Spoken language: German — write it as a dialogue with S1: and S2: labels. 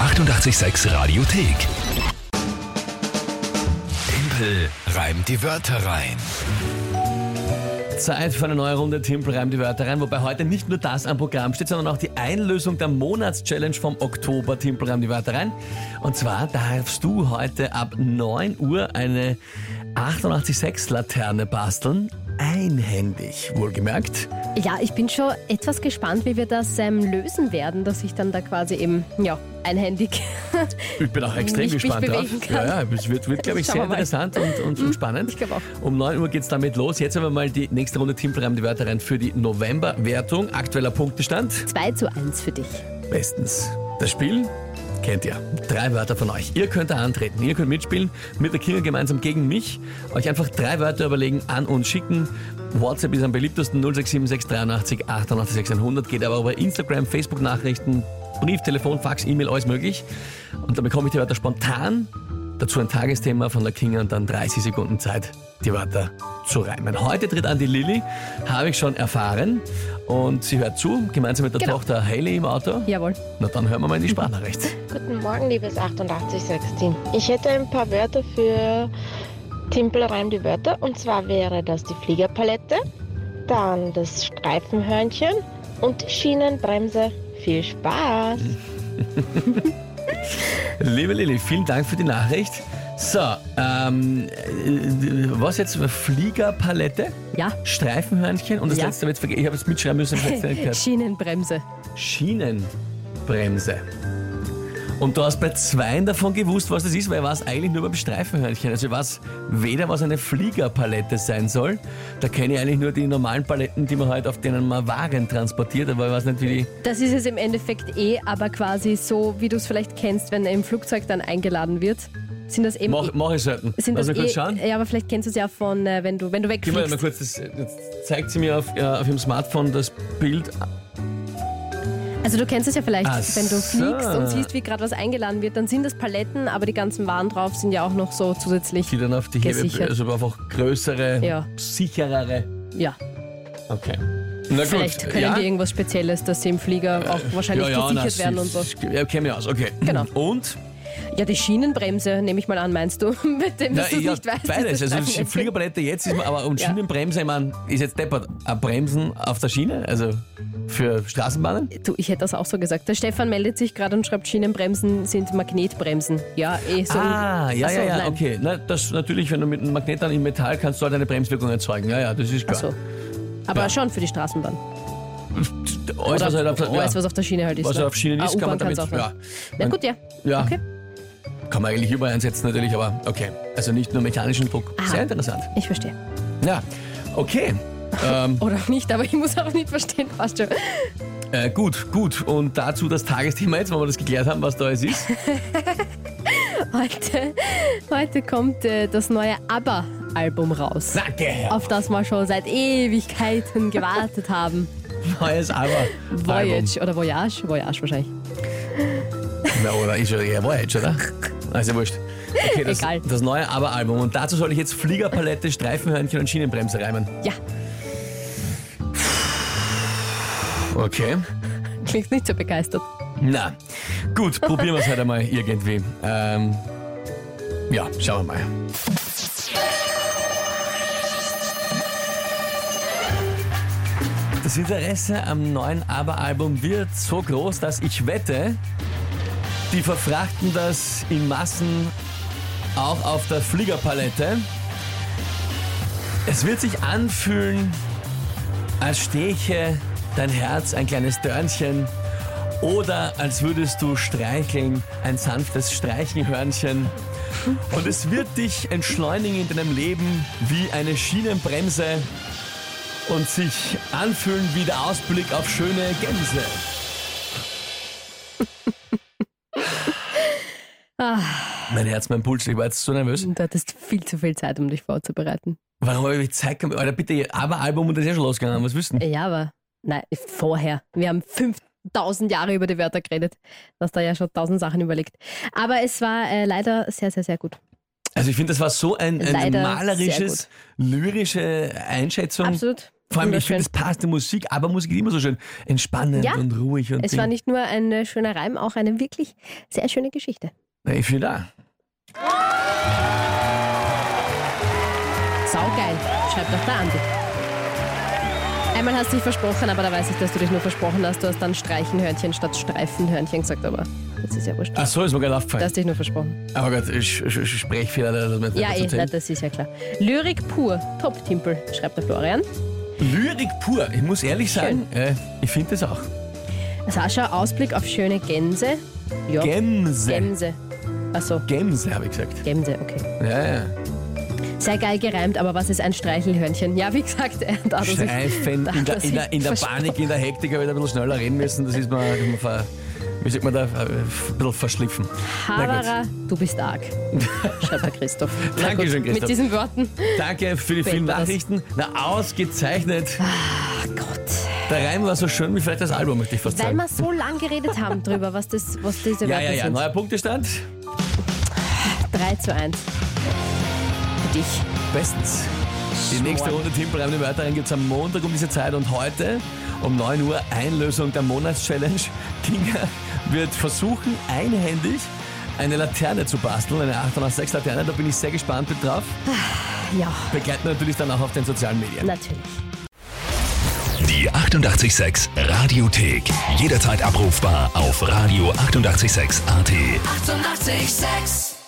S1: 886 Radiothek. Tempel reimt die Wörter rein.
S2: Zeit für eine neue Runde Timpel reimt die Wörter rein, wobei heute nicht nur das am Programm steht, sondern auch die Einlösung der Monatschallenge vom Oktober Timpel reimt die Wörter rein. Und zwar darfst du heute ab 9 Uhr eine 886 Laterne basteln, einhändig, wohlgemerkt.
S3: Ja, ich bin schon etwas gespannt, wie wir das ähm, lösen werden, dass ich dann da quasi eben, ja, einhändig.
S2: Ich bin auch extrem
S3: Mich- mich
S2: gespannt drauf.
S3: bewegen kann.
S2: Ja, ja, es wird, wird glaube ich,
S3: Schauen
S2: sehr
S3: wir mal. Mhm.
S2: interessant und, und, und spannend.
S3: ich glaub auch.
S2: Um 9 Uhr geht's damit los. Jetzt aber mal die nächste Runde Timpelreim die Wörter rein für die Novemberwertung. Aktueller Punktestand?
S3: 2 zu 1 für dich.
S2: Bestens. Das Spiel kennt ihr. Drei Wörter von euch. Ihr könnt da antreten. Ihr könnt mitspielen mit der Kinga gemeinsam gegen mich. Euch einfach drei Wörter überlegen, an uns schicken. WhatsApp ist am beliebtesten 0676 88 600. Geht aber über Instagram, Facebook-Nachrichten, Brief, Telefon, Fax, E-Mail, alles möglich. Und dann bekomme ich die Wörter spontan. Dazu ein Tagesthema von der Kinga und dann 30 Sekunden Zeit, die Wörter zu reimen. Heute tritt an die Lilly, habe ich schon erfahren. Und sie hört zu, gemeinsam mit der
S3: Genau.
S2: Tochter Hailey im Auto.
S3: Jawohl.
S2: Na dann hören wir mal in die Sprachnachricht.
S4: Guten Morgen, liebes 886-Team. Ich hätte ein paar Wörter für Timpel reim die Wörter. Und zwar wäre das die Fliegerpalette, dann das Streifenhörnchen und die Schienenbremse. Viel Spaß!
S2: Liebe Lilly, vielen Dank für die Nachricht. So, ähm, äh, was jetzt? Fliegerpalette,
S3: Ja.
S2: Streifenhörnchen und das
S3: Ja.
S2: letzte habe ich jetzt vergessen. Ich habe jetzt mitschreiben müssen, ich habe jetzt nicht gehört.
S3: Schienenbremse.
S2: Schienenbremse. Und du hast bei zweien davon gewusst, was das ist, weil ich weiß eigentlich nur beim Streifenhörnchen. Also ich weiß weder, was eine Fliegerpalette sein soll. Da kenne ich eigentlich nur die normalen Paletten, die man halt auf denen man Waren transportiert, aber ich weiß nicht, wie die...
S3: Das ist es im Endeffekt eh, aber quasi so, wie du es vielleicht kennst, wenn er im Flugzeug dann eingeladen wird. Sind das eben. eh-
S2: Mach, mach ich selten.
S3: sind
S2: Lass
S3: das
S2: mich kurz
S3: eh,
S2: schauen.
S3: Ja, aber vielleicht kennst du es ja von, äh, wenn du, wenn du
S2: Gib mir mal
S3: wegfliegst.
S2: kurz, das, jetzt zeigt sie mir auf, äh, auf ihrem Smartphone das Bild.
S3: Also du kennst es ja vielleicht,
S2: Ach
S3: wenn du
S2: so.
S3: fliegst und siehst, wie gerade was eingeladen wird, dann sind das Paletten, aber die ganzen Waren drauf sind ja auch noch so zusätzlich.
S2: Die dann auf die Hebe,
S3: Gesichert.
S2: also einfach größere,
S3: Ja.
S2: sicherere.
S3: Ja,
S2: Okay. Na gut.
S3: vielleicht können
S2: ja?
S3: die irgendwas Spezielles, dass sie im Flieger auch wahrscheinlich
S2: ja, ja, na,
S3: gesichert werden und so.
S2: sie- Ja, kenne mich aus, okay.
S3: Genau.
S2: Und?
S3: Ja, die Schienenbremse, nehme ich mal an, meinst du? Mit dem, dass du es
S2: ja,
S3: nicht weißt.
S2: beides.
S3: ist das
S2: Also Sch-
S3: Streifen-
S2: Fliegerpalette jetzt ist man, aber um und
S3: Ja.
S2: Schienenbremse, ich meine, ist jetzt deppert. Ein Bremsen auf der Schiene, also für Straßenbahnen?
S3: Du, ich hätte das auch so gesagt. Der Stefan meldet sich gerade und schreibt, Schienenbremsen sind Magnetbremsen. Ja, eh so.
S2: ah, ja,
S3: Ach so,
S2: ja, ja,
S3: nein.
S2: okay. Na, das natürlich, wenn du mit einem Magnet dann im Metall kannst du halt eine Bremswirkung erzeugen. Ja, ja, das ist
S3: Ach
S2: klar.
S3: so. Aber
S2: Ja.
S3: schon für die Straßenbahn.
S2: Alles, was halt auf der-
S3: alles,
S2: ja.
S3: was auf der Schiene halt ist.
S2: Was
S3: ne?
S2: auf Schienen
S3: Ah,
S2: ist, kann man
S3: U-Bahn
S2: damit.
S3: kann's
S2: ja.
S3: Auch, ja. Na
S2: Man-
S3: gut, ja.
S2: ja.
S3: Okay.
S2: Kann man eigentlich überall einsetzen, natürlich, aber okay. Also nicht nur mechanischen Druck.
S3: Ah.
S2: Sehr interessant.
S3: Ich verstehe.
S2: Ja, okay. ähm,
S3: Oder auch nicht, aber ich muss auch nicht verstehen, fast schon.
S2: äh, gut, gut. Und dazu das Tagesthema jetzt, wenn wir das geklärt haben, was da jetzt ist.
S3: Heute, heute kommt äh, das neue ABBA-Album raus.
S2: Danke.
S3: Auf das wir schon seit Ewigkeiten gewartet haben.
S2: Neues Alba.
S3: Voyage oder Voyage? Voyage wahrscheinlich.
S2: Album. Na, oder ist ja eher Voyage, oder? Also wurscht. Okay, das,
S3: Egal.
S2: das neue Aber-Album. Und dazu soll ich jetzt Fliegerpalette, Streifenhörnchen und Schienenbremse reimen.
S3: Ja,
S2: Okay.
S3: klingt nicht so begeistert.
S2: Na, gut, probieren wir es halt einmal irgendwie. Ähm, ja, schauen wir mal. Das Interesse am neuen Aber-Album wird so groß, dass ich wette, die verfrachten das in Massen auch auf der Fliegerpalette. Es wird sich anfühlen, als steche dein Herz ein kleines Dörnchen oder als würdest du streicheln, ein sanftes Streichenhörnchen. Und es wird dich entschleunigen in deinem Leben wie eine Schienenbremse und sich anfühlen wie der Ausblick auf schöne Gänse. Mein Herz, mein Puls, ich war jetzt so nervös.
S3: Du hattest viel zu viel Zeit, um dich vorzubereiten.
S2: Warum habe ich Zeit gehabt? Alter, bitte, aber Album und das ist ja schon losgegangen, was wissen?
S3: Ja, aber nein, vorher. Wir haben 5000 Jahre über die Wörter geredet. Du hast da ja schon tausend Sachen überlegt. Aber es war äh, leider sehr, sehr, sehr gut.
S2: Also ich finde, das war so ein, ein
S3: Leider sehr
S2: malerisches, lyrische Einschätzung
S3: Absolut.
S2: Vor allem, ich
S3: Wunderschön.
S2: finde, es passt die Musik, aber Musik ist immer so schön entspannend
S3: Ja.
S2: und ruhig. Und
S3: Es
S2: Ding.
S3: war nicht nur ein äh, schöner Reim, auch eine wirklich sehr schöne Geschichte.
S2: Na, ich finde auch.
S3: Saugeil, schreibt auch der Andi. Einmal hast du dich versprochen, aber da weiß ich, dass du dich nur versprochen hast. Du hast dann Streichenhörnchen statt Streifenhörnchen gesagt, aber das ist ja wurscht.
S2: Ach so, ist mir gerade
S3: Du
S2: aufgefallen.
S3: hast dich nur versprochen.
S2: Aber Gott, ich, ich, ich Sprechfehler, das man
S3: ja, eh, na, das ist ja klar. Lyrik pur, Top-Timpel, schreibt der Florian.
S2: Lyrik pur, ich muss ehrlich sagen, äh, ich finde das auch.
S3: Sascha, Ausblick auf schöne Gänse. Ja,
S2: Gemse.
S3: Gämse. Achso,
S2: Gemse, habe ich gesagt.
S3: Gämse, okay.
S2: Ja, ja.
S3: Sehr geil gereimt, aber was ist ein Streichelhörnchen? Ja, wie gesagt, er hat auch
S2: Streifen, in der, in der, in der
S3: Versprochen.
S2: Panik, in der Hektik habe ich da ein bisschen schneller reden müssen. Das ist mir, mir ver, wie sagt man da, äh, ein bisschen verschliffen. Na gut.
S3: Havara, du bist arg, schreibt der Christoph. Na
S2: Dankeschön,
S3: gut,
S2: Christoph.
S3: Mit diesen Worten.
S2: Danke für die vielen
S3: Beenden wir das.
S2: Nachrichten. Na, ausgezeichnet.
S3: Ach Gott.
S2: Der Reim war so schön wie vielleicht das Album, möchte ich fast
S3: Weil
S2: sagen.
S3: wir so lang geredet haben drüber, was, das, was diese
S2: Ja,
S3: Wörter
S2: ja, ja.
S3: sind.
S2: Neuer Punktestand?
S3: 3 zu 1. Für dich.
S2: Bestens. Die nächste Runde Timpelreim die Wörter rein gibt's am Montag um diese Zeit und heute um 9 Uhr Einlösung der Monatschallenge. Kinga wird versuchen, einhändig eine Laterne zu basteln, eine 886 Laterne. Da bin ich sehr gespannt drauf.
S3: Ja,
S2: Begleiten wir natürlich dann auch auf den sozialen Medien.
S3: natürlich.
S1: Die 886 Radiothek. Jederzeit abrufbar auf radio886.at. 886!
S5: 886